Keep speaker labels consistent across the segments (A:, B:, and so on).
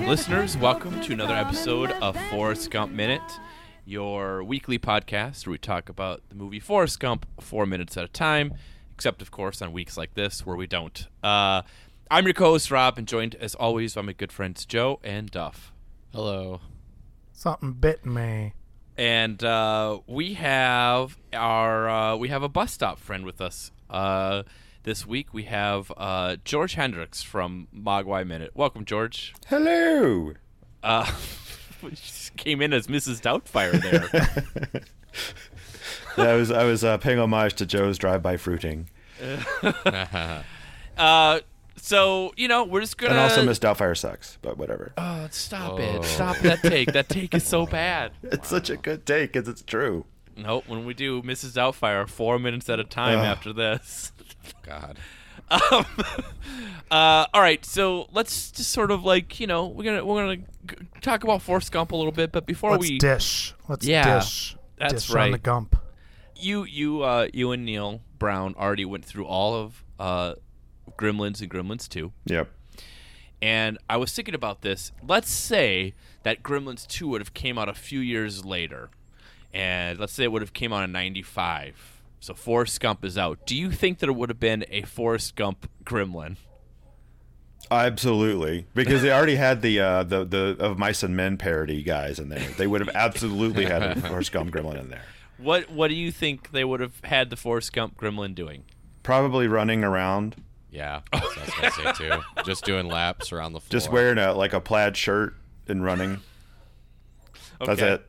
A: Listeners, welcome to another episode of Forrest Gump Minute, your weekly podcast where we talk about the movie Forrest Gump four minutes at a time, except, of course, on weeks like this where we don't. Uh, I'm your co host, Rob, and joined as always by my good friends Joe and Duff.
B: Hello.
C: Something bit me.
A: And uh, we have our uh, we have a bus stop friend with us uh, this week. We have uh, George Hendricks from Mogwai Minute. Welcome, George.
D: Hello.
A: Uh, she came in as Mrs. Doubtfire there.
D: Yeah, I was I was uh, paying homage to Joe's drive-by fruiting,
A: uh, so you know we're just gonna.
D: and also Miss Doubtfire sucks, but whatever.
A: Oh, stop
B: Oh.
A: it! Stop that take. That take is so bad.
D: it's such a good take, 'cause it's true.
A: Nope. When we do Mrs. Doubtfire, four minutes at a time
D: Ugh.
A: after this.
B: God.
A: Um, uh, all right, so let's just sort of like you know we're gonna we're gonna g- talk about Forrest Gump a little bit, but before
C: Let's
A: we
C: dish. Let's
A: Yeah,
C: dish.
A: that's
C: dish on
A: right.
C: the gump.
A: you you uh, you and Neil Brown already went through all of uh, Gremlins and Gremlins two.
D: Yep.
A: and I was thinking about this. Let's say that Gremlins 2 would have came out a few years later, and let's say it would have came out in '95. So Forrest Gump is out. Do you think there would have been a Forrest Gump Gremlin?
D: Absolutely, because they already had the uh, the the of mice and men parody guys in there. They would have absolutely had a Forrest Gump gremlin in there,
A: What What do you think they would have had the Forrest Gump Gremlin doing?
D: probably running around,
B: Yeah. That's what I was gonna say too. Just doing laps around the floor.
D: just wearing a like a plaid shirt and running. That's
A: Okay.
D: it.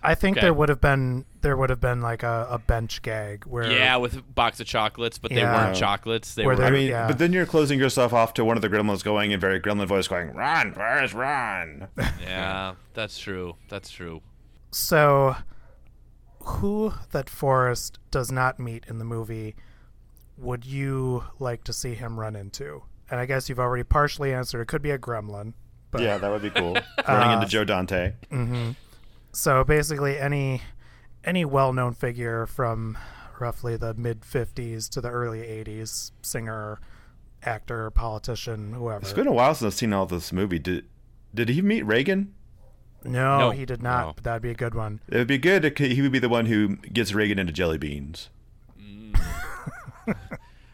C: I think
A: Okay.
C: there would have been there would have been like a, a bench gag where
A: Yeah, with a box of chocolates, but they
C: Yeah.
A: weren't chocolates. They
C: Were
A: were.
C: they-
D: I mean,
C: Yeah.
D: but then you're closing yourself off to one of the gremlins going in very gremlin voice, going "Run, Forrest, run!"
A: Yeah, that's true. That's true.
C: So, who that Forrest does not meet in the movie would you like to see him run into? And I guess you've already partially answered. It could be a gremlin. But
D: Yeah, that would be cool. Running into Joe Dante.
C: so basically any any well-known figure from roughly the mid 50s to the early 80s, singer, actor, politician, whoever.
D: It's been a while since I've seen all this movie. Did did he meet Reagan?
C: No,
A: No.
C: he did not.
B: No.
C: But that'd be a good one.
D: It would be good. If he would be the one who gets Reagan into jelly beans.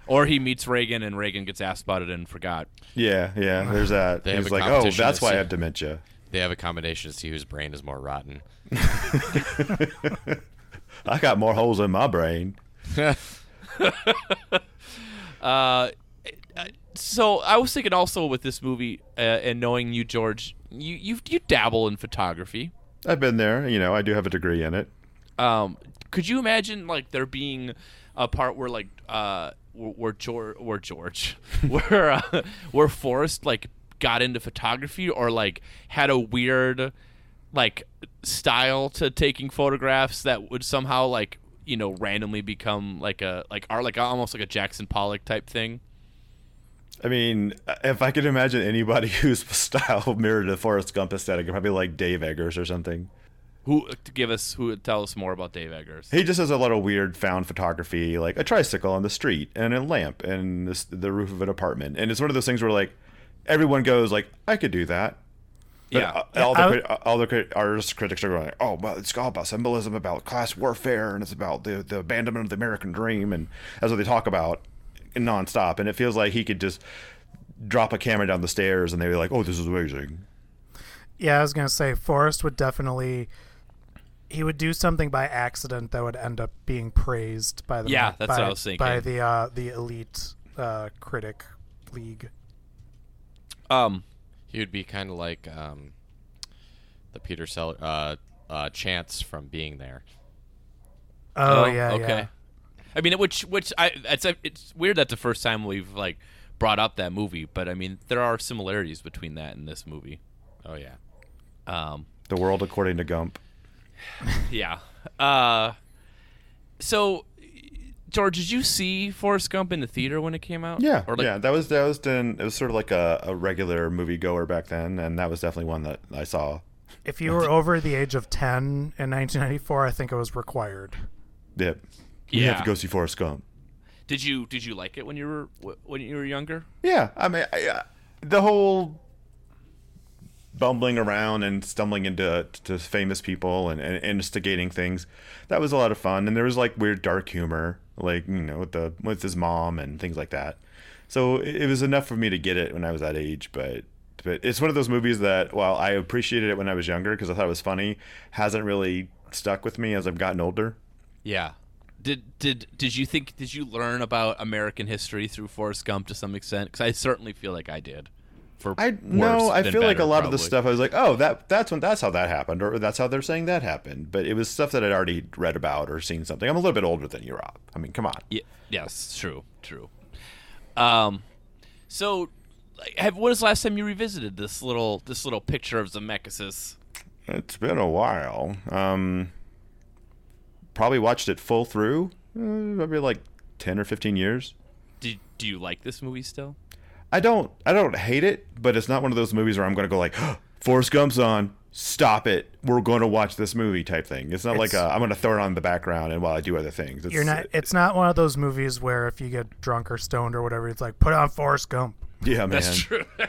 A: Or he meets Reagan, and Reagan gets ass spotted and forgot.
D: Yeah, yeah. There's that.
B: They have
D: He's
B: a
D: like, oh,
B: competition
D: that's
B: to
D: why I
B: see-
D: have dementia.
B: They have a combination to see whose brain is more rotten.
D: I got more holes in my brain.
A: Uh, so I was thinking also with this movie uh, and knowing you, George, you you you dabble in photography.
D: I've been there. You know, I do have a degree in it.
A: Um, could you imagine like there being a part where like uh where, where George where George where uh, where Forrest like got into photography or like had a weird like style to taking photographs that would somehow like you know randomly become like a like art like almost like a Jackson Pollock type thing.
D: I mean, if I could imagine anybody whose style mirrored the Forrest Gump aesthetic, probably like Dave Eggers or something.
A: Who to give us who tell us more about Dave Eggers?
D: He just has a lot of weird found photography, like a tricycle on the street and a lamp and this, the roof of an apartment. And it's one of those things where like everyone goes like, I could do that. But
A: Yeah.
D: a- Uh, all the
C: I-
D: crit- all the crit- artist critics are going, oh, well, it's all about symbolism, about class warfare, and it's about the the abandonment of the American dream, and that's what they talk about nonstop. And it feels like he could just drop a camera down the stairs, and they'd be like, oh, this is amazing.
C: Yeah, I was gonna say Forrest would definitely he would do something by accident that would end up being praised by the
A: Yeah, that's
C: by,
A: what I was thinking.
C: by the uh, the elite uh, critic league.
A: Um,
B: He would be kind of like um, the Peter Seller, uh, uh, Chance from being there.
C: Oh, yeah,
A: okay.
C: yeah.
A: I mean, which which I it's it's weird that the first time we've like brought up that movie, but I mean there are similarities between that and this movie.
B: Oh yeah.
A: Um,
D: The world according to Gump.
A: yeah. Uh, so, George, did you see Forrest Gump in the theater when it came out?
D: Yeah,
A: Or like,
D: yeah, that was that was done. It was sort of like a, a regular moviegoer back then, and that was definitely one that I saw.
C: If you were over the age of ten in 1994, I think it was required.
D: Yeah, you
A: Yeah.
D: have to go see Forrest Gump.
A: Did you did you like it when you were wh- when you were younger?
D: Yeah, I mean, I, uh, the whole bumbling around and stumbling into to famous people and, and instigating things. That was a lot of fun, and there was like weird dark humor, like you know with the with his mom and things like that. So it, it was enough for me to get it when I was that age, but. But it's one of those movies that, while I appreciated it when I was younger because I thought it was funny, hasn't really stuck with me as I've gotten older.
B: Yeah.
A: Did did did you think did you learn about American history through Forrest Gump to some extent? Because I certainly feel like I did. For
D: I
A: worse
D: no, I
A: than
D: feel like
A: better,
D: a lot of
A: probably.
D: the stuff I was like, oh, that that's when that's how that happened, or that's how they're saying that happened. But it was stuff that I'd already read about or seen something. I'm a little bit older than you, Rob. I mean, come on.
A: Ye- yes, true, true. Um, so, like, have, when was the last time you revisited this little this little picture of Zemeckis?
D: It's been a while. Um, probably watched it full through, uh, maybe like ten or fifteen years.
A: Do do you like this movie still?
D: I don't, I don't hate it, but it's not one of those movies where I'm going to go like, Forrest Gump's on. Stop it! We're going to watch this movie type thing. It's not like
C: It's-
D: i am going to throw it on in the background and while I do other things. It's,
C: You're not. It's not one of those movies where if you get drunk or stoned or whatever, it's like put on Forrest Gump.
D: yeah, man.
A: That's true.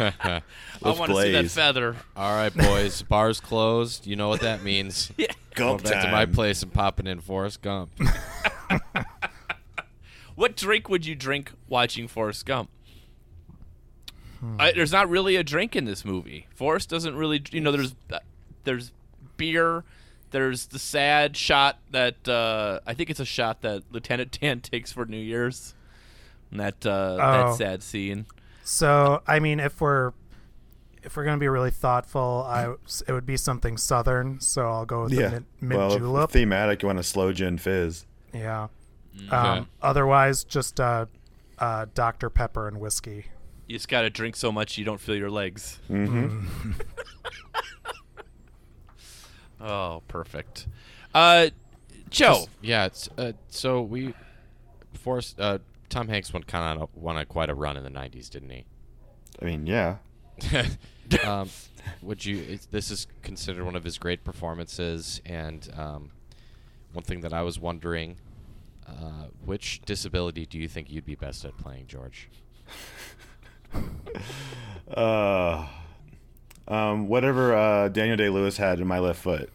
B: All
A: I want to see that
D: Blaze.
A: feather.
B: right, boys. Bars closed. You know what that means. yeah.
D: Gump
B: Back to
D: time.
B: my place and popping in Forrest Gump.
A: What drink would you drink watching Forrest Gump? I, there's not really a drink in this movie. Forrest doesn't really, you know. There's uh, there's beer. There's the sad shot that uh, I think it's a shot that Lieutenant Dan takes for New Year's. And that uh,
C: Oh.
A: that sad scene.
C: So I mean, if we're if we're gonna be really thoughtful, I it would be something southern. So I'll go with the mint, mint
D: well, if
C: julep.
D: Thematic, you want a slow gin fizz.
C: yeah.
B: Okay.
C: Um, otherwise, just uh, uh, Dr Pepper and whiskey.
A: You just gotta drink so much you don't feel your legs. oh, perfect. Uh, Joe,
D: Oh.
B: Yeah. It's, uh, so we, Forrest, uh, Tom Hanks went kind of won a, quite a run in the '90s, didn't he?
D: I mean, yeah.
B: um, would you? It's, this is considered one of his great performances, and um, one thing that I was wondering, uh, which disability do you think you'd be best at playing, George?
D: Uh, um, whatever uh, Daniel Day Lewis had in my left foot.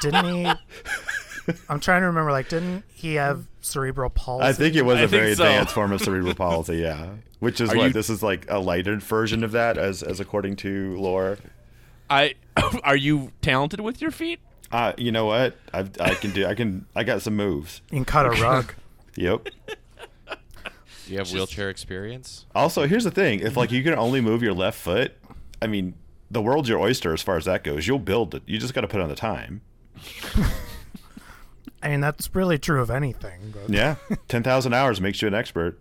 C: Didn't he? I'm trying to remember. Like, didn't he have cerebral palsy?
D: I think it was
A: I
D: a
A: think
D: very
A: so.
D: advanced form of cerebral palsy, yeah. Which is
A: Are
D: what
A: you-
D: this is like a lighted version of that, as as according to lore.
A: I are you talented with your feet?
D: Uh, you know what? I I can do. I can. I got some moves.
C: you can cut a rug.
D: Yep.
B: Do you have wheelchair experience?
D: Also, here's the thing: if like you can only move your left foot, I mean, the world's your oyster as far as that goes. You'll build it. You just got to put on the time.
C: I mean, that's really true of anything. But
D: Yeah, ten thousand hours makes you an expert.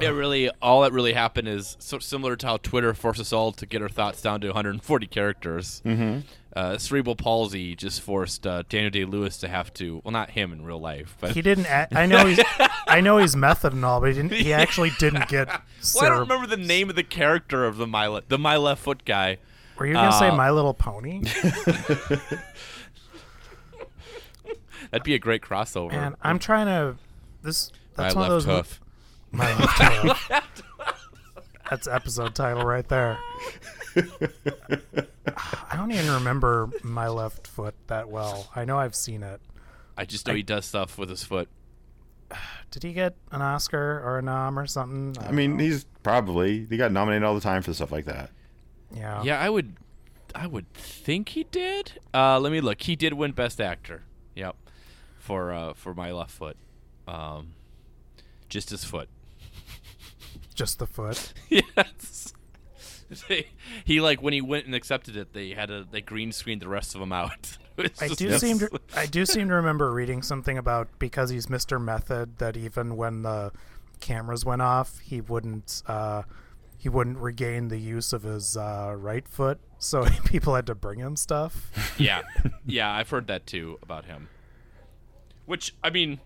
A: Yeah, really. All that really happened is so similar to how Twitter forced us all to get our thoughts down to 140 characters. Mm-hmm. Uh, cerebral palsy just forced uh, Daniel Day Lewis to have to, well, not him in real life, but
C: He didn't. A- I know he's. I know he's method and all, but he didn't. He actually didn't get.
A: Well, I don't
C: cere-
A: remember the name of the character of the my Le- the my left foot guy.
C: Were you gonna say
A: Uh,
C: My Little Pony?
A: That'd be a great crossover.
C: Man, I'm trying to. This that's
B: my
C: one
B: left
C: of those. mo-
B: hoof.
C: My left hoof. that's episode title right there. I don't even remember my left foot that well. I know I've seen it.
A: I just know he does stuff with his foot.
C: Did he get an Oscar or a nom or something?
D: I mean, he's probably he got nominated all the time for stuff like that.
C: yeah.
A: Yeah, I would, I would think he did. Uh, let me look. He did win Best Actor. Yep, for uh, for my left foot, um, just his foot.
C: Just the foot.
A: yes. They, he like when he went and accepted it, they had a they green screened the rest of them out. It was
C: I
A: just-
C: do seem to, I do seem to remember reading something about because he's Mr. Method that even when the cameras went off, he wouldn't uh, he wouldn't regain the use of his uh, right foot, so people had to bring him stuff.
A: yeah, yeah. I've heard that too about him. Which I mean,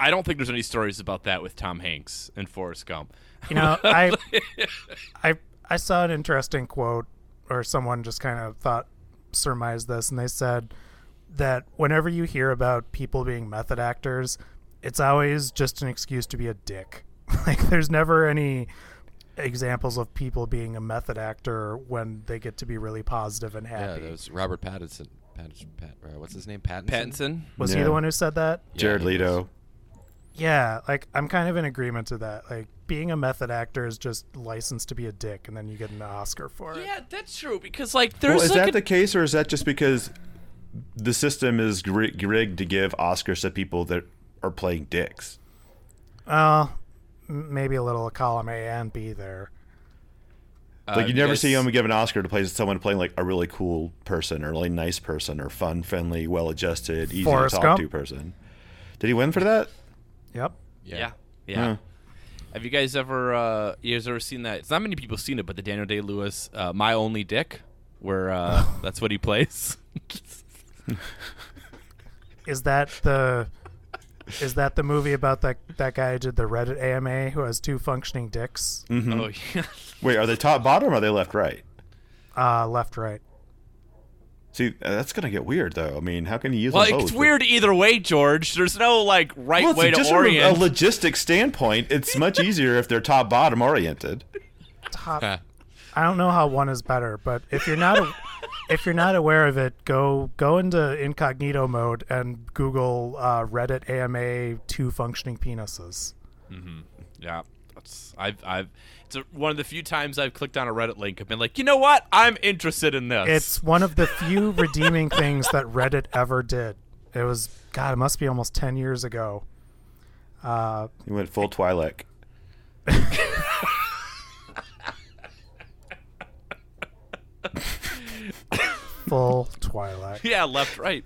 A: I don't think there's any stories about that with Tom Hanks and Forrest Gump.
C: You know, I I I saw an interesting quote or someone just kind of thought surmised this and they said that whenever you hear about people being method actors, it's always just an excuse to be a dick. Like there's never any examples of people being a method actor when they get to be really positive and
B: Yeah,
C: happy.
B: that was Robert Pattinson. Pattinson Pat, uh, what's his name? Pattinson.
A: Pattinson.
C: was he
D: Yeah.
C: the one who said that?
B: Yeah,
D: Jared
B: he was.
D: Leto.
C: Yeah, like I'm kind of in agreement to that. Like being a method actor is just licensed to be a dick, and then you get an Oscar for it.
A: Yeah, that's true because like there's
D: Well, is
A: like
D: that
A: a-
D: the case, or is that just because the system is gri- rigged to give Oscars to people that are playing dicks?
C: Well, m- maybe a little column A and B there.
D: Like
B: Uh,
D: you never
B: guys-
D: see him give an Oscar to play someone playing like a really cool person or a really nice person or fun, friendly, well-adjusted, easy
C: Forrest
D: to talk
C: Gump.
D: to person. Did he win for that?
C: Yep.
A: yeah.
B: Yeah.
A: yeah.
D: Huh.
A: Have you guys ever uh you guys ever seen that? It's not many people seen it, but the Daniel Day Lewis uh, My Only Dick where uh that's what he plays.
C: Is that the is that the movie about that that guy who did the Reddit AMA who has two functioning dicks,
D: Mm-hmm.
A: Oh yeah.
D: Wait, are they top bottom or are they left right?
C: uh, left right?
D: See, uh, that's gonna get weird though. I mean, how can you use
A: Well,
D: them
A: it's
D: both?
A: weird either way, George. There's no like right
D: Well, it's
A: way
D: just
A: to
D: from a-
A: orient.
D: a logistic standpoint, it's much easier if they're top bottom oriented.
C: Top.
B: Huh.
C: I don't know how one is better, but if you're not a, if you're not aware of it, go go into incognito mode and Google uh, Reddit AMA two functioning penises.
A: yeah. That's I've I've it's a, one of the few times I've clicked on a Reddit link and been like, "You know what? I'm interested in this."
C: It's one of the few redeeming things that Reddit ever did. It was God, it must be almost ten years ago. Uh,
D: You went full Twi'lek.
C: full Twilight.
A: yeah, left right.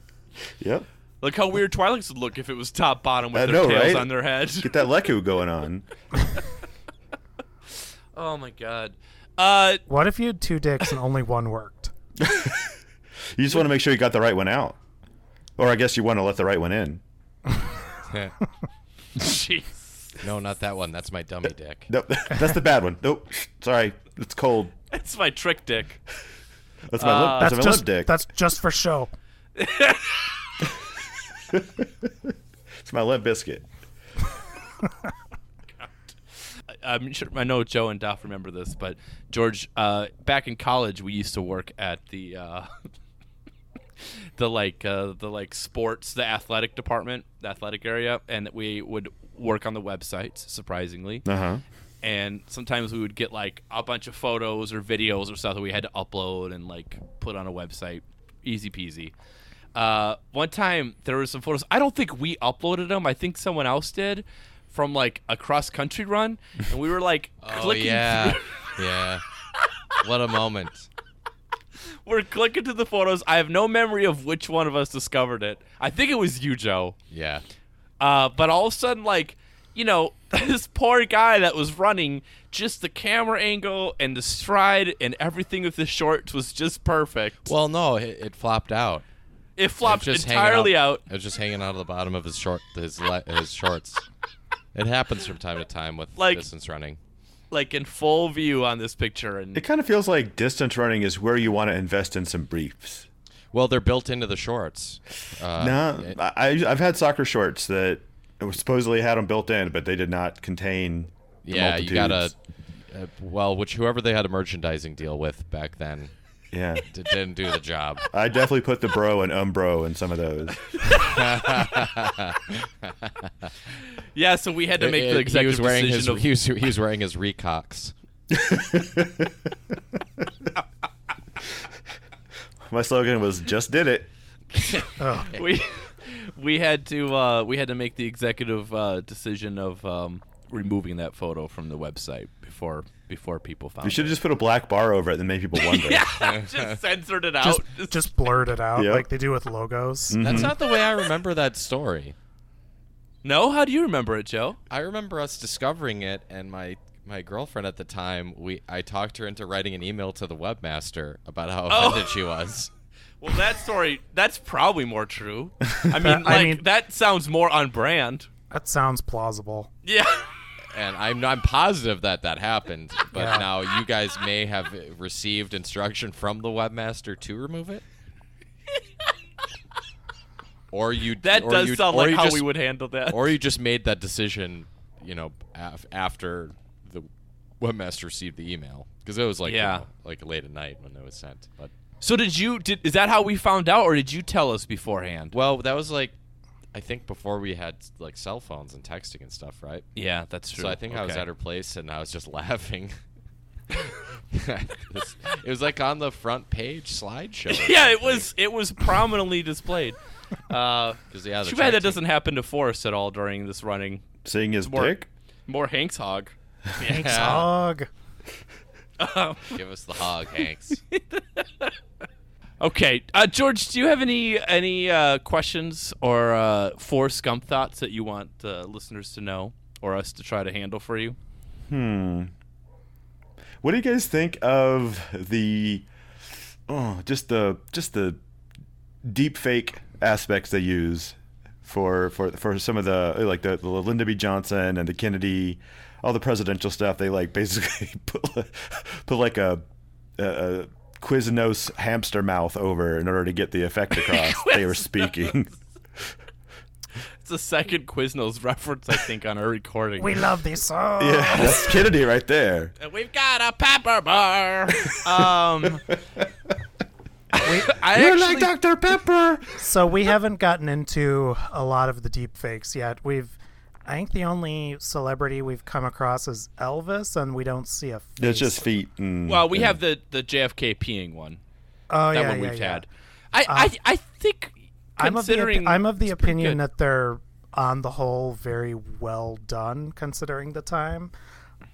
D: Yep.
A: Look how weird Twilight's would look if it was top bottom with
D: I
A: their
D: know,
A: tails
D: right?
A: on their head.
D: Get that Leku going on.
A: Oh my god. Uh
C: What if you had two dicks and only one worked?
D: You just want to make sure you got the right one out. Or I guess you want to let the right one in.
A: jeez.
B: no, not that one. That's my dummy dick.
D: Nope. That's the bad one. Nope. Sorry. It's cold.
A: That's my trick dick.
D: That's my, lip,
A: Uh,
D: that's
C: That's
D: my
C: just
D: lip dick.
C: that's just for show.
D: It's my lip biscuit.
A: I'm sure I know Joe and Duff remember this, but George, uh, back in college, we used to work at the uh, the like uh, the like sports, the athletic department, the athletic area, and we would work on the websites. Surprisingly,
D: Uh huh.
A: and sometimes we would get like a bunch of photos or videos or stuff that we had to upload and like put on a website. Easy peasy. Uh, one time there were some photos. I don't think we uploaded them. I think someone else did from like a cross country run, and we were like
B: Oh
A: clicking.
B: yeah,
A: through-
B: yeah. What a moment.
A: we're clicking to the photos. I have no memory of which one of us discovered it. I think it was you, Joe.
B: Yeah.
A: Uh, but all of a sudden, like, you know, this poor guy that was running, just the camera angle and the stride and everything with the shorts was just perfect.
B: Well, no, it, it flopped out.
A: it
B: It was
A: flopped
B: just hanging
A: entirely
B: out.
A: out.
B: It was just hanging out of the bottom of his short, his le- his shorts. It happens from time to time with
A: Like-
B: distance running.
A: like in full view on this picture. And
D: It kind of feels like distance running is where you want to invest in some briefs.
B: Well, they're built into the shorts. Uh,
D: no,
B: it-
D: I, I've had soccer shorts that were supposedly had them built in, but they did not contain. the
B: yeah, you gotta.
D: multitudes.
B: Uh, well, which whoever they had a merchandising deal with back then
D: Yeah.
B: d- didn't do the job.
D: I definitely put the bro and umbro in some of those.
A: yeah, so we had to make the
B: It- it- he was
A: executive
B: wearing his
A: decision
B: he
A: of
B: was, he was wearing his Recox.
D: My slogan was just did it.
C: Oh,
A: we we had to uh, we had to make the executive uh, decision of um, removing that photo from the website before before people found
D: You should
A: it.
D: have just put a black bar over it and made people wonder.
A: yeah, just censored it out.
C: just
A: Just-
C: just blurred it out
D: Yep.
C: like they do with logos.
D: Mm. Mm-hmm.
B: That's not the way I remember that story.
A: no, how do you remember it, Joe?
B: I remember us discovering it, and my my girlfriend at the time, we I talked her into writing an email to the webmaster about how
A: Oh.
B: offended she was.
A: Well, that story, that's probably more true. I mean, like,
C: I mean-
A: that sounds more on brand.
C: That sounds plausible.
A: Yeah.
B: And I'm I'm positive that that happened, but
C: Yeah.
B: now you guys may have received instruction from the webmaster to remove it. Or you
A: That
B: or
A: does
B: you-
A: sound
B: or
A: like
B: you
A: how
B: just-
A: we would handle that.
B: or you just made that decision, you know, af- after the webmaster received the email because it was like you
A: Yeah.
B: know, like late at night when it was sent. But
A: So did you? Did is that how we found out, or did you tell us beforehand?
B: well, that was like I think before we had like cell phones and texting and stuff, right?
A: Yeah, that's true.
B: So I think I was
A: Okay.
B: at her place and I was just laughing. This- it was like on the front page slideshow.
A: yeah, it was it was prominently displayed. Uh,
B: Because yeah, the
A: too bad
B: track
A: that
B: team-
A: doesn't happen to Forrest at all during this running.
D: Seeing his
A: More-
D: dick?
A: More Hanks hog.
C: Thanks,
B: Yeah.
C: hog.
A: Um,
B: Give us the hog, Hanks.
A: okay, uh, George, do you have any any uh, questions or uh, four scump thoughts that you want uh, listeners to know or us to try to handle for you?
D: What do you guys think of the oh, just the just the deep fake aspects they use for for for some of the like the, the Lyndon B. Johnson and the Kennedy, all the presidential stuff. They like basically put li- put like a. a, a Quiznos hamster mouth over in order to get the effect across they were speaking.
A: It's the second Quiznos reference I think on our recording.
C: We love these songs.
D: yeah, that's Kennedy right there.
A: And We've got a pepper bar. Um, I
D: You're
A: actually,
D: like Dr. Pepper.
C: So we haven't gotten into a lot of the deep fakes yet. We've I think the only celebrity we've come across is Elvis and we don't see a face.
D: It's just feet. mm, And,
A: well, we
D: and-
A: have the the JFK peeing one.
C: oh,
A: That
C: yeah,
A: one
C: yeah,
A: we've
C: yeah. Uh,
A: had. I, I I think
C: I'm of the,
A: considering
C: opi- I'm of the opinion
A: good.
C: that they're on the whole very well done considering the time.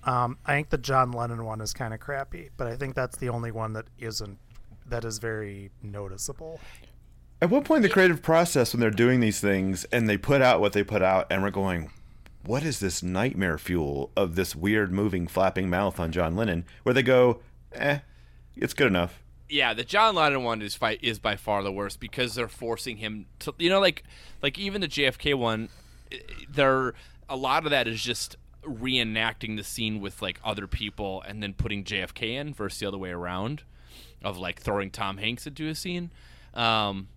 C: Um, I think the John Lennon one is kind of crappy, but I think that's the only one that isn't that is very noticeable.
D: At what point in the creative process when they're doing these things and they put out what they put out and we're going, what is this nightmare fuel of this weird moving flapping mouth on John Lennon? Where they go, eh, it's good enough.
A: yeah, the John Lennon one is fight is by far the worst because they're forcing him to you know like like even the JFK one, i- they're a lot of that is just reenacting the scene with like other people and then putting JFK in versus the other way around, of like throwing Tom Hanks into a scene. Um,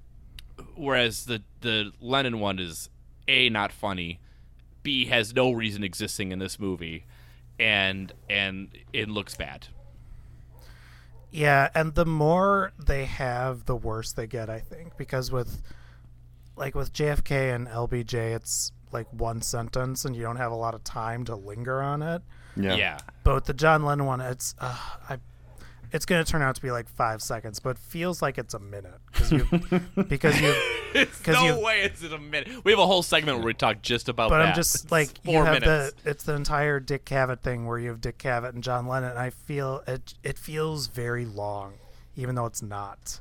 A: whereas the the Lennon one is a not funny, b has no reason existing in this movie, and and it looks bad.
C: Yeah, and the more they have, the worse they get, I think, because with like with JFK and LBJ, it's like one sentence and you don't have a lot of time to linger on it.
D: Yeah.
A: yeah.
C: But with the John Lennon one, it's uh, I it's going to turn out to be like 5 seconds, but feels like it's a minute cuz you because you cuz
A: no
C: you
A: way it's in a minute. We have a whole segment where we talk just about
C: but
A: that.
C: I'm just
A: It's
C: like you
A: four
C: have
A: minutes.
C: the it's the entire Dick Cavett thing where you have Dick Cavett and John Lennon. And I feel it it feels very long, even though it's not.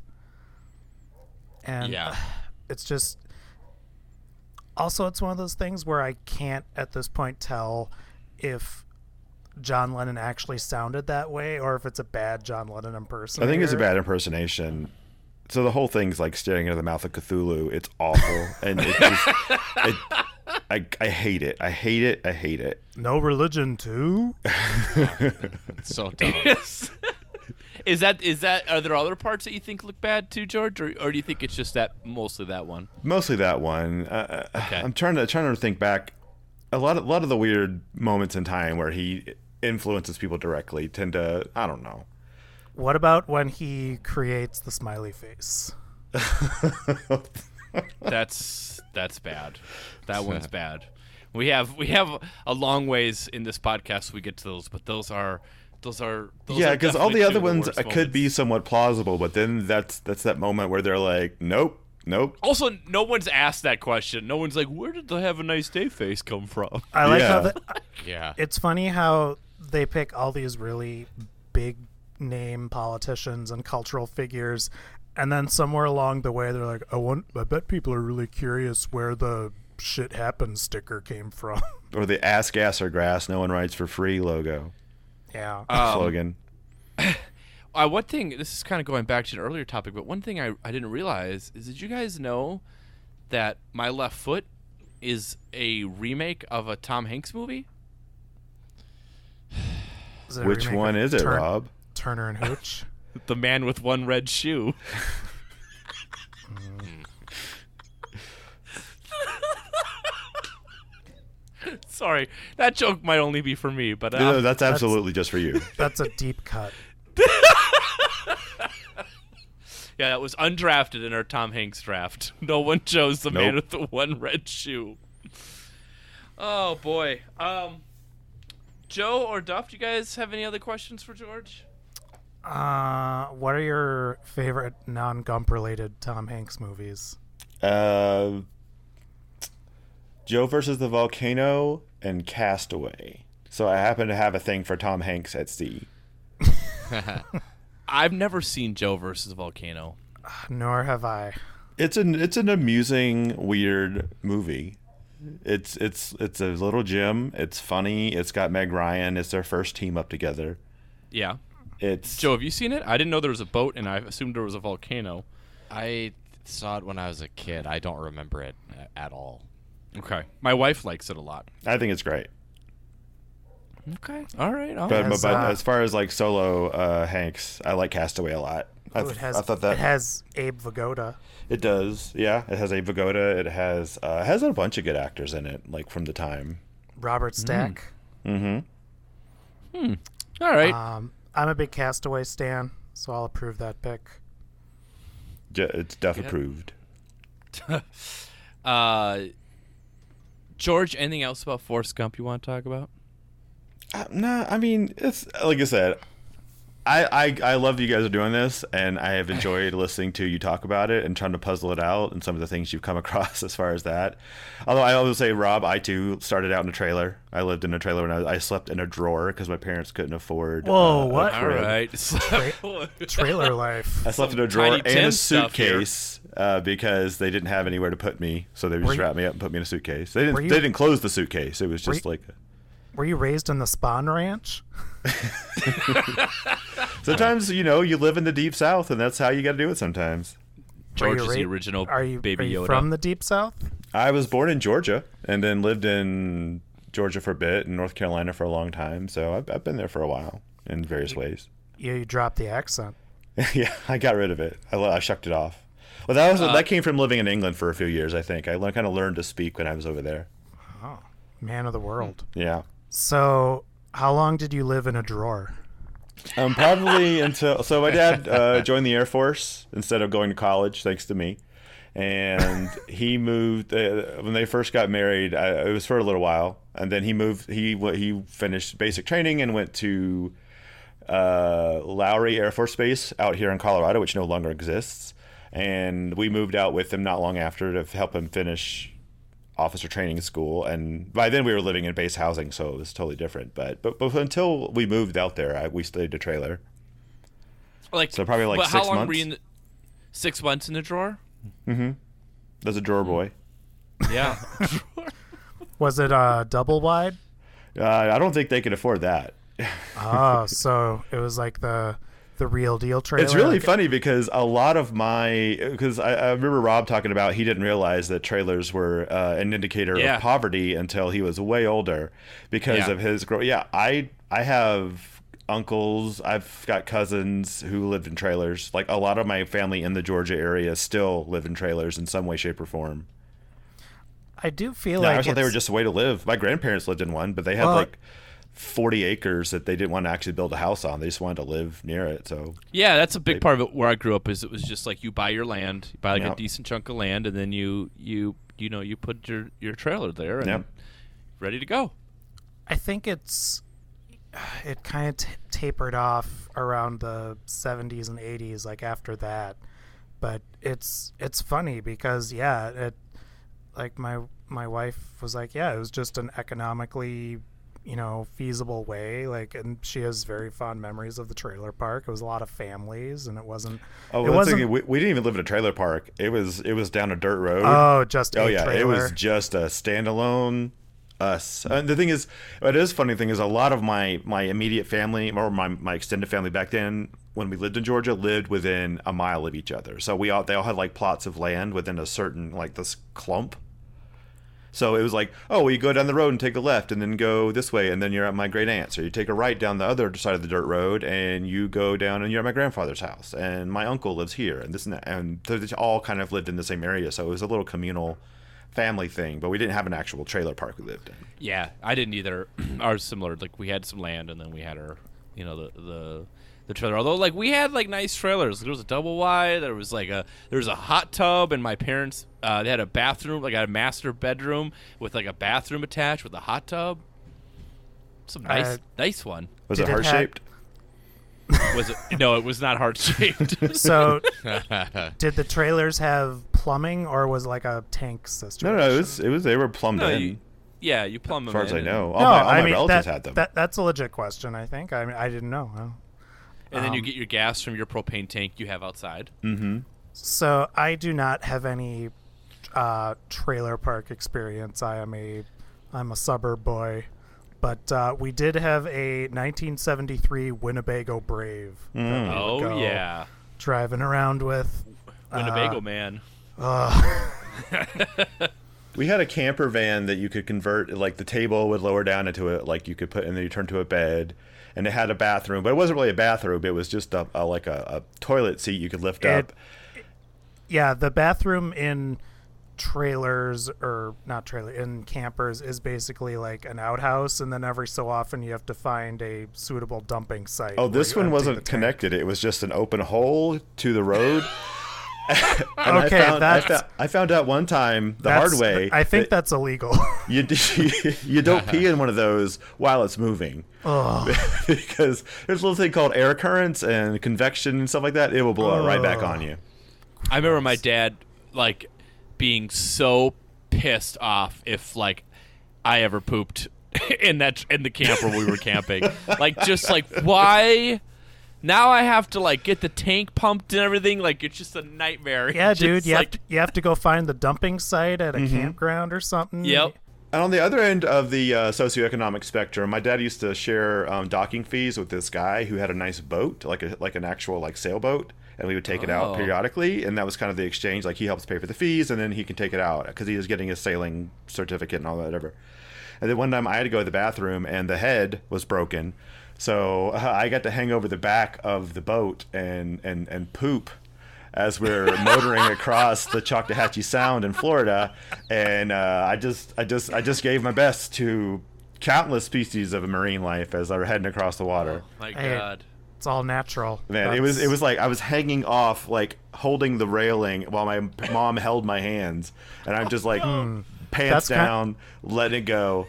C: And
A: yeah.
C: it's just also it's one of those things where I can't at this point tell if John Lennon actually sounded that way or if it's a bad John Lennon
D: I
C: impersonator.
D: think it's a bad impersonation. So the whole thing's like staring into the mouth of Cthulhu. It's awful. and it just, it, I, I hate it. I hate it. I hate it.
C: No religion too.
B: It's so dumb.
A: Yes. is that is that are there other parts that you think look bad too, George, or, or do you think it's just that mostly that one?
D: Mostly that one. Uh, uh, I'm trying to trying to think back. A lot of a lot of the weird moments in time where he influences people directly tend to I don't know.
C: What about when he creates the smiley face?
A: That's that's bad. That one's bad. We have we have a long ways in this podcast we get to those, but those are those are those
D: yeah,
A: are
D: because all
A: definitely
D: the
A: two
D: other
A: of
D: ones
A: worst
D: uh, could
A: moments.
D: be somewhat plausible, but then that's that's that moment where they're like, nope, nope.
A: Also, no one's asked that question. No one's like, "Where did the "Have a nice day" face come from?"
C: I like how
D: Yeah.
C: the,
B: yeah.
C: it's funny how they pick all these really big name politicians and cultural figures and then somewhere along the way they're like i want i bet people are really curious where the shit happens sticker came from
D: Or the ass gas or grass, no one rides for free logo
C: yeah
D: slogan.
A: Uh, one thing, this is kind of going back to an earlier topic, but one thing I, I didn't realize is did you guys know that My Left Foot is a remake of a Tom Hanks movie?
C: Is it a
D: Uh, Which
C: remake
D: one
C: of
D: is it,
C: Turn-
D: Rob?
C: turner and hooch
A: The Man with One Red Shoe. Sorry, that joke might only be for me, but uh,
D: No, no, that's absolutely just for you.
C: That's a deep cut.
A: yeah, that was undrafted in our Tom Hanks draft. No one chose the man
D: Nope.
A: with the one red shoe. Oh boy, um, Joe or Duff, do you guys have any other questions for George?
C: Uh, what are your favorite non-Gump related Tom Hanks movies?
D: Uh, Joe versus the volcano and Castaway. So I happen to have a thing for Tom Hanks at sea.
A: I've never seen Joe versus Volcano.
C: Nor have I.
D: It's an it's an amusing, weird movie. It's it's it's a little gym. It's funny. It's got Meg Ryan. It's their first team up together.
A: Yeah,
D: It's
A: Joe, have you seen it? I didn't know there was a boat, and I assumed there was a volcano.
B: I saw it when I was a kid. I don't remember it uh, at all.
A: Okay, my wife likes it a lot.
D: I think it's great.
A: Okay, all right, all
D: But,
A: right.
C: Has,
D: but
C: uh,
D: as far as like solo uh, Hanks, I like Castaway a lot. I,
C: Ooh,
D: th-
C: Oh, it has
D: I thought that
C: it has Abe Vigoda.
D: It does, yeah. It has Abe Vigoda. It has uh, it has a bunch of good actors in it, like from the time.
C: Robert Stack.
D: Hmm.
A: all right.
C: Um, I'm a big Castaway stan, so I'll approve that pick.
D: J- it's Duff approved.
A: Uh, George, anything else about Forrest Gump you want to talk about?
D: Uh, no, I mean it's like I said. I, I I love you guys are doing this, and I have enjoyed listening to you talk about it and trying to puzzle it out and some of the things you've come across as far as that. Although I always say, Rob, I too started out in a trailer. I lived in a trailer when I, was, I slept in a drawer because my parents couldn't afford.
C: Whoa,
D: uh, a
C: what?
A: All
D: crib.
A: right.
C: Trailer life.
D: I slept in a
A: Tiny
D: drawer and
A: Tim
D: a
A: stuff here.
D: suitcase uh, because they didn't have anywhere to put me, so they just
C: you-
D: wrapped me up and put me in a suitcase. They didn't.
C: you-
D: they didn't close the suitcase. It was just
C: you-
D: like
C: Were you raised in the Spawn Ranch?
D: sometimes you know you live in the deep south, and that's how you got to do it. Sometimes
A: George
C: Were
A: is
C: you
A: the
C: ra-
A: original
C: Are you,
A: Oh, Baby
C: are you
A: Yoda.
C: from the Deep South?
D: I was born in Georgia and then lived in Georgia for a bit and North Carolina for a long time. So I've, I've been there for a while in various ways.
C: Yeah, you dropped the accent.
D: yeah, I got rid of it. I, lo- I shucked it off. Well, that was that came from living in England for a few years. I think I kind of learned to speak when I was over there.
C: Man
A: Hmm.
C: of the world.
D: Yeah.
C: So, how long did you live in a drawer?
D: Um, probably until so my dad uh, joined the Air Force instead of going to college, thanks to me. And he moved uh, when they first got married. I, it was for a little while, and then he moved. He wa- he finished basic training and went to uh, Lowry Air Force Base out here in Colorado, which no longer exists. And we moved out with him not long after to help him finish officer training school and by then we were living in base housing so it was totally different but but, but until we moved out there I, we stayed a trailer
A: like,
D: So probably like
A: but how
D: six
A: long Were
D: months?
A: you in the, six months in the drawer?
D: there's a drawer boy
A: Yeah.
C: Was it uh, double wide?
D: uh, i don't think they could afford that
C: Oh, so it was like the the real deal trailer.
D: it's really
C: like,
D: funny because a lot of my because I, I remember rob talking about he didn't realize that trailers were uh, an indicator
A: Yeah.
D: of poverty until he was way older because
A: Yeah.
D: of his growth yeah i i have uncles i've got cousins who lived in trailers like a lot of my family in the georgia area still live in trailers in some way shape or form
C: I do feel
D: No,
C: like
D: I thought they were
C: it's-
D: just a way to live. My grandparents lived in one, but they had
C: Well-
D: like 40 acres that they didn't want to actually build a house on. They just wanted to live near it. So
A: yeah, that's a big part of it where I grew up is it was just like you buy your land, you buy like
D: Yeah.
A: a decent chunk of land and then you you you know, you put your your trailer there and
D: Yeah.
A: ready to go.
C: I think it's it kind of t- tapered off around the 70s and 80s like after that but it's it's funny because yeah it like my my wife was like yeah it was just an economically you know feasible way like and she has very fond memories of the trailer park it was a lot of families and it wasn't it
D: oh, well, that's the
C: wasn't
D: thing, we, we didn't even live in a trailer park. It was it was down a dirt road.
C: oh just
D: Oh
C: a
D: yeah,
C: trailer.
D: it was just a standalone us. And the thing is, it is funny thing is a lot of my my immediate family or my, my extended family back then when we lived in Georgia lived within a mile of each other. So we all they all had like plots of land within a certain like this clump. So it was like, oh, well, you go down the road and take a left, and then go this way, and then you're at my great aunt's, or you take a right down the other side of the dirt road, and you go down, and you're at my grandfather's house, and my uncle lives here, and this and that, and so they all kind of lived in the same area, so it was a little communal family thing, but we didn't have an actual trailer park we lived in.
A: Yeah, I didn't either. Ours similar. Like we had some land, and then we had our, you know, the the the trailer. Although like we had like nice trailers. There was a double wide. There was like a there was a hot tub, and my parents uh, they had a bathroom, like a master bedroom with like a bathroom attached with a hot tub. Some nice
C: Uh,
A: nice one.
D: Was
C: Did
D: it
C: it
D: heart
C: have-
D: shaped?
A: Was it? no, it was not heart shaped.
C: So,
B: yeah,
C: did the trailers have plumbing, or was it like a tank system?
D: No, no, it was it was they were plumbed
A: no,
D: in.
A: you, yeah, you plumb them.
D: as far as
A: in
D: I
A: and-
D: know, all
C: No,
D: my, all
C: I
D: my
C: mean
D: relatives
C: that-
D: had them.
C: that- that's a legit question. I think. I mean, I didn't know. I don't-
A: and then you
C: Um, Mm.
A: get your gas from your propane tank you have outside.
D: mm-hmm.
C: So I do not have any uh, trailer park experience. I am a I'm a suburb boy, but uh, we did have a 1973 Winnebago Brave. that
D: Mm.
C: we would
A: Oh
C: go
A: yeah,
C: driving around with.
A: Winnebago
C: Uh,
A: man.
C: Ugh.
D: We had a camper van that you could convert, like the table would lower down into it, like you could put, and then you turn to a bed, and it had a bathroom, but it wasn't really a bathroom. It was just a, a like a, a toilet seat you could lift
C: It-
D: up.
C: yeah, the bathroom in trailers or not trailer in campers is basically like an outhouse, and then every so often you have to find a suitable dumping site.
D: Oh,
C: where
D: this
C: you
D: one
C: empty
D: wasn't
C: the tank.
D: connected. It was just an open hole to the road. And
C: Okay,
D: I found, I,
C: that's-
D: found, I found out one time the
C: That's-
D: hard way.
C: I think that's illegal.
D: you you don't pee in one of those while it's moving
C: Ugh.
D: because there's a little thing called air currents and convection and stuff like that. It will blow it right back
C: Oh.
D: on you.
A: I remember my dad like being so pissed off if like I ever pooped in that in the camper we were camping. Like just like why now I have to like get the tank pumped and everything. Like it's just a nightmare.
C: Yeah,
A: It's
C: dude, you,
A: like-
C: have to, you have to go find the dumping site at a
D: Mm-hmm.
C: campground or something.
A: Yep.
D: And on the other end of the uh, socioeconomic spectrum, my dad used to share um, docking fees with this guy who had a nice boat, like a, like an actual like sailboat, and we would take it
A: Oh.
D: out periodically, and that was kind of the exchange. Like he helps pay for the fees, and then he can take it out because he was getting his sailing certificate and all that whatever. And then one time I had to go to the bathroom, and the head was broken, so uh, I got to hang over the back of the boat and and and poop as we're motoring across the Choctawhatchee Sound in Florida, and uh, I just, I just, I just gave my best to countless species of marine life as I were heading across the water.
A: My
C: Hey.
A: God.
C: It's all natural.
D: Man, it was, it was like I was hanging off, like holding the railing while my mom held my hands, and I'm just like pants
C: That's kind-
D: down, letting it go.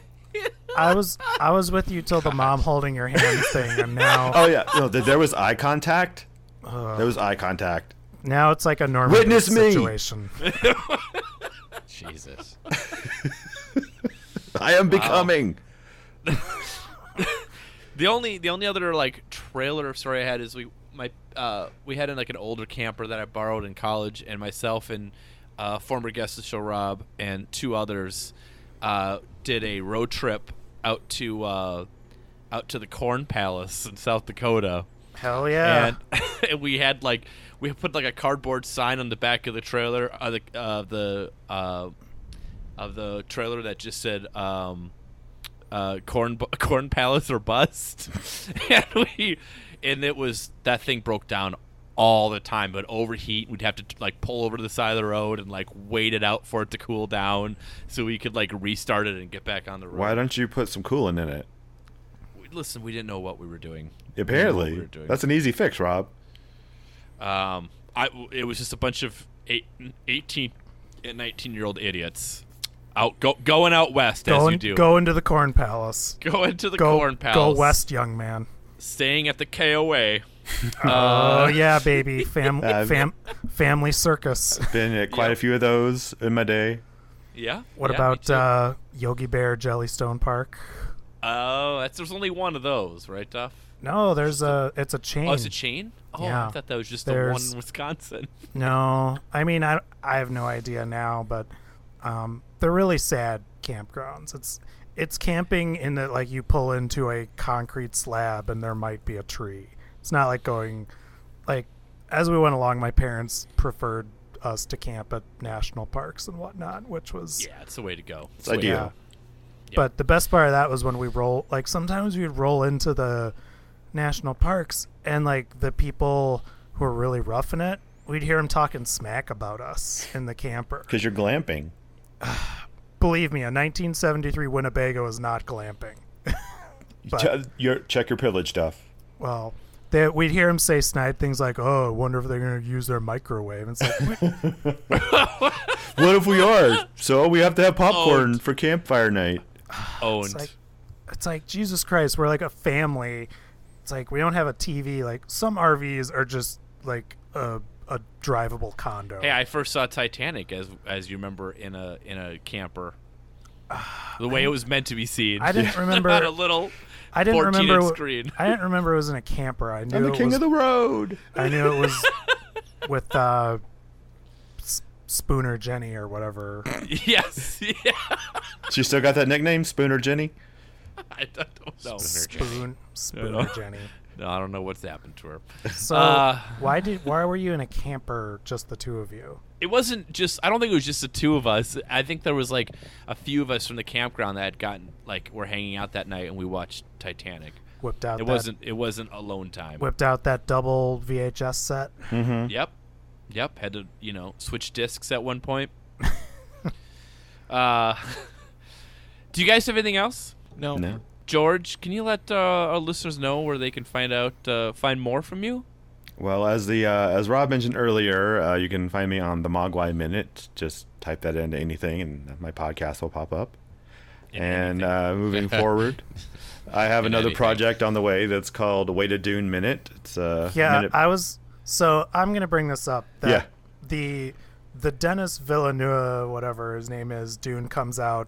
C: I was I was with you till the mom holding your hand thing, and now
D: Oh yeah, no, th- there was eye contact. There was eye contact.
C: now it's like a normal
D: Witness me!
C: situation.
B: Jesus.
D: I am becoming.
A: The only the only other like trailer story I had is we my uh, we had in like an older camper that I borrowed in college, and myself and uh, former guest of the show Rob and two others uh, did a road trip out to uh, out to the Corn Palace in South Dakota
C: Hell yeah!
A: and, and we had like we put like a cardboard sign on the back of the trailer of the uh, the uh, of the trailer that just said um, uh, corn bu- corn palace or bust and we and it was that thing broke down all the time but overheat we'd have to like pull over to the side of the road and like wait it out for it to cool down so we could like restart it and get back on the road
D: Why don't you put some coolant in it?
A: listen we didn't know what we were doing
D: Apparently,
A: were doing.
D: that's an easy fix, Rob.
A: Um, I it was just a bunch of eight, 18 and 19 year old idiots out go, going out west as
C: go,
A: you
C: in,
A: do.
C: go into the corn palace.
A: Go into the
C: Go
A: corn palace.
C: go west, young man.
A: Staying at the KOA. Uh,
C: Oh yeah, baby, family
D: Uh,
C: fam, family circus.
D: Been at quite a few of those in my day.
A: Yeah. yeah,
C: What
A: me
C: about
A: too.
C: uh, Yogi Bear Jellystone Park? uh,
A: Oh, that's there's only one of those, right, Duff?
C: No, there's a it's a chain.
A: Oh, it's a chain. Oh,
C: Yeah.
A: I thought that was just the one
C: There's-
A: in Wisconsin.
C: No, I mean I, I have no idea now, but um, they're really sad campgrounds. It's it's camping in that like you pull into a concrete slab and there might be a tree. It's not like going like as we went along. My parents preferred us to camp at national parks and whatnot, which was
A: Yeah, it's the way to go.
D: It's ideal.
C: yeah. But the best part of that was when we roll like sometimes we'd roll into the national parks and like the people who were really roughing it, we'd hear them talking smack about us in the camper.
D: Because you're glamping.
C: believe me, a 1973 Winnebago is not glamping.
D: Ch- your, check your privilege stuff.
C: Well, they, we'd hear him say snide things like, "Oh, I wonder if they're going to use their microwave." And it's like, "Wait,
D: What if we are? So we have to have
C: Oh.
D: popcorn for campfire night.
A: Owned.
C: like- it's like Jesus Christ, we're like a family. It's like we don't have a TV. Like some RVs are just like a a drivable condo.
A: hey, I first saw Titanic as as you remember in a in a camper. The way it was meant to be seen.
C: I didn't
A: on a
C: remember.
A: little
C: I didn't
A: 14
C: remember.
A: inch screen.
C: I didn't remember it was in a camper. I knew
D: I'm the
C: it
D: king
C: was,
D: of the road.
C: I knew it was with uh, S- Spooner Jenny or whatever.
A: yes. Yeah.
D: She still got that nickname, Spooner Jenny.
A: I don't know.
C: Spoon Spooner Jenny.
A: No, I don't know what's happened to her.
C: So
A: Uh.
C: why did why were you in a camper? Just the two of you.
A: it wasn't just i don't think it was just the two of us i think there was like a few of us from the campground that had gotten like were hanging out that night and we watched titanic
C: Whipped out.
A: it
C: that,
A: wasn't it wasn't alone time
C: Whipped out that double VHS set.
A: yep yep had to you know switch discs at one point uh do you guys have anything else
B: No.
D: No.
A: george can you let uh, our listeners know where they can find out uh, find more from you
D: Well, as the uh, as Rob mentioned earlier, uh, you can find me on the Mogwai Minute. Just type that into anything, and my podcast will pop up. and uh, moving forward, I have
B: In
D: another
B: anything.
D: project on the way that's called Way to Dune Minute. It's a
C: Yeah,
D: minute-
C: I was. So I'm gonna bring this up. That
D: Yeah.
C: The the Dennis Villeneuve, whatever his name is, Dune comes out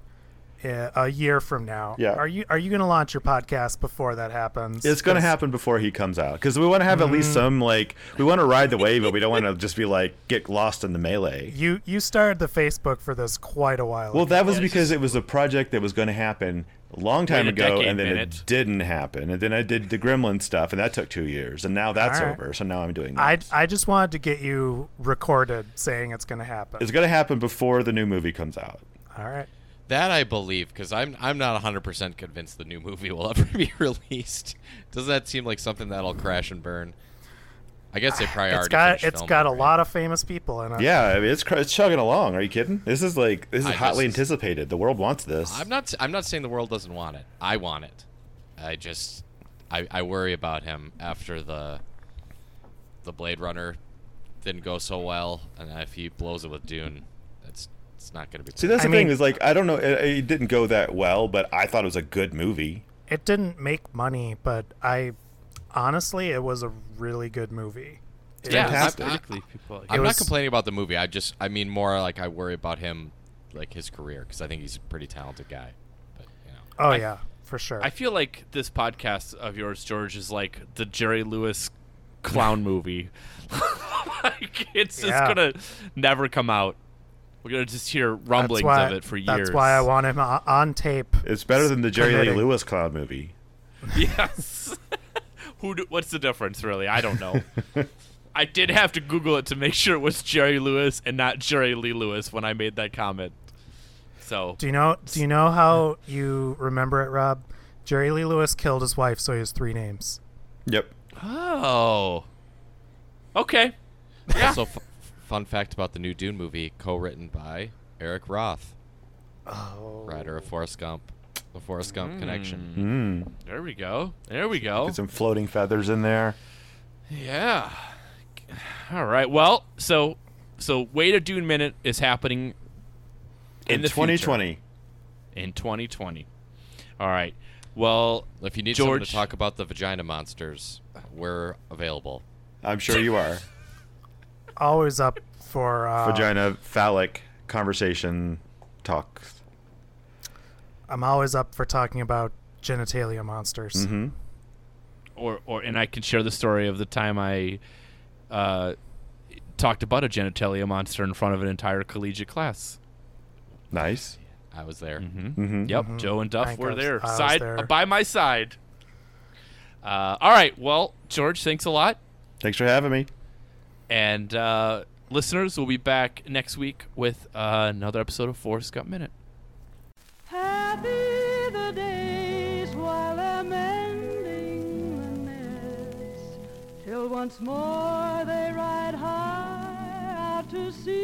C: uh, a year from now.
D: Yeah.
C: Are you are you gonna launch your podcast before that happens?
D: It's going to
C: 'Cause-
D: happen before he comes out because we want to have at least some like we want to ride the wave, but we don't want to just be like get lost in the melee.
C: You you started the Facebook for this quite a while.
D: Well,
C: ago.
D: that was because it was a project that was going to happen a long time
A: Wait a
D: ago,
A: decade
D: and then
A: minute.
D: it didn't happen. And then I did the Gremlin stuff, and that took two years, and now that's
C: All right.
D: over. So now I'm doing. That.
C: I I just wanted to get you recorded saying it's gonna happen.
D: it's going to happen before the new movie comes out.
C: All right.
B: That I believe because I'm I'm not 100% convinced the new movie will ever be released. Doesn't that seem like something that'll crash and burn? I guess they probably
C: It's
B: already
C: got
B: finished
C: it's
B: filming,
C: got a
B: right?
C: lot of famous people in it.
D: Yeah, I mean, it's cr- it's chugging along. Are you kidding? This is like this is
B: I
D: hotly
B: just-
D: anticipated. The world wants this.
B: I'm not s- I'm not saying the world doesn't want it. I want it. I just I, I worry about him after the the Blade Runner didn't go so well, and if he blows it with Dune, that's it's not going to be.
D: See,
B: good.
D: that's the
C: I
D: thing
C: mean-
D: is like I don't know. It, it didn't go that well, but I thought it was a good movie.
C: It didn't make money, but I honestly it was a really good movie. It
B: Yeah,
C: was-
B: I-
A: Fantastic.
B: I-
A: Critically, people like-
B: I'm
C: It
B: not
C: was-
B: complaining about the movie. I just I mean more like I worry about him, like his career, because I think he's a pretty talented guy. But you know,
C: Oh
A: I-
C: yeah, for sure.
A: I feel like this podcast of yours, George, is like the Jerry Lewis clown movie. like it's just
C: Yeah.
A: gonna never come out. We're gonna just hear rumblings of it for years.
C: That's why I want him o- on tape.
D: It's better than the Jerry Lee
C: Committing.
D: Lewis clown movie.
A: Yes. Who? Do, what's the difference, really? I don't know. I did have to Google it to make sure it was Jerry Lewis and not Jerry Lee Lewis when I made that comment. So
C: Do you know? Do you know how you remember it, Rob? Jerry Lee Lewis killed his wife, so he has three names.
D: Yep.
A: oh, okay.
B: also f- fun fact about the new Dune movie, co-written by Eric Roth,
C: Oh, Hmm.
B: writer of Forrest Gump, the Forrest Gump connection.
D: Mm.
A: There we go. There we go.
D: Get some floating feathers in there.
A: Yeah. All right. Well, so so Wait a Dune Minute is happening in,
D: In,
A: the
D: 2020.
A: future. in 2020. All right. Well,
B: If you need someone
A: George.
B: to talk about the vagina monsters, we're available.
D: I'm sure you are.
C: always up for uh,
D: Vagina phallic conversation talk.
C: I'm always up for talking about genitalia monsters.
D: hmm
A: or or and I can share the story of the time I uh, talked about a genitalia monster in front of an entire collegiate class.
D: Nice.
B: I was there.
D: Mm-hmm.
A: Yep, Joe and Duff
C: I think
A: were
C: I was-
A: there,
C: I was
A: side
C: there.
A: by my side. Uh, all right. Well, George, thanks a lot.
D: Thanks for having me.
A: And uh, listeners, we'll be back next week with uh, another episode of Forrest Gump Minute.
E: Happy the days while I'm mending the nets, till once more they ride high out to sea.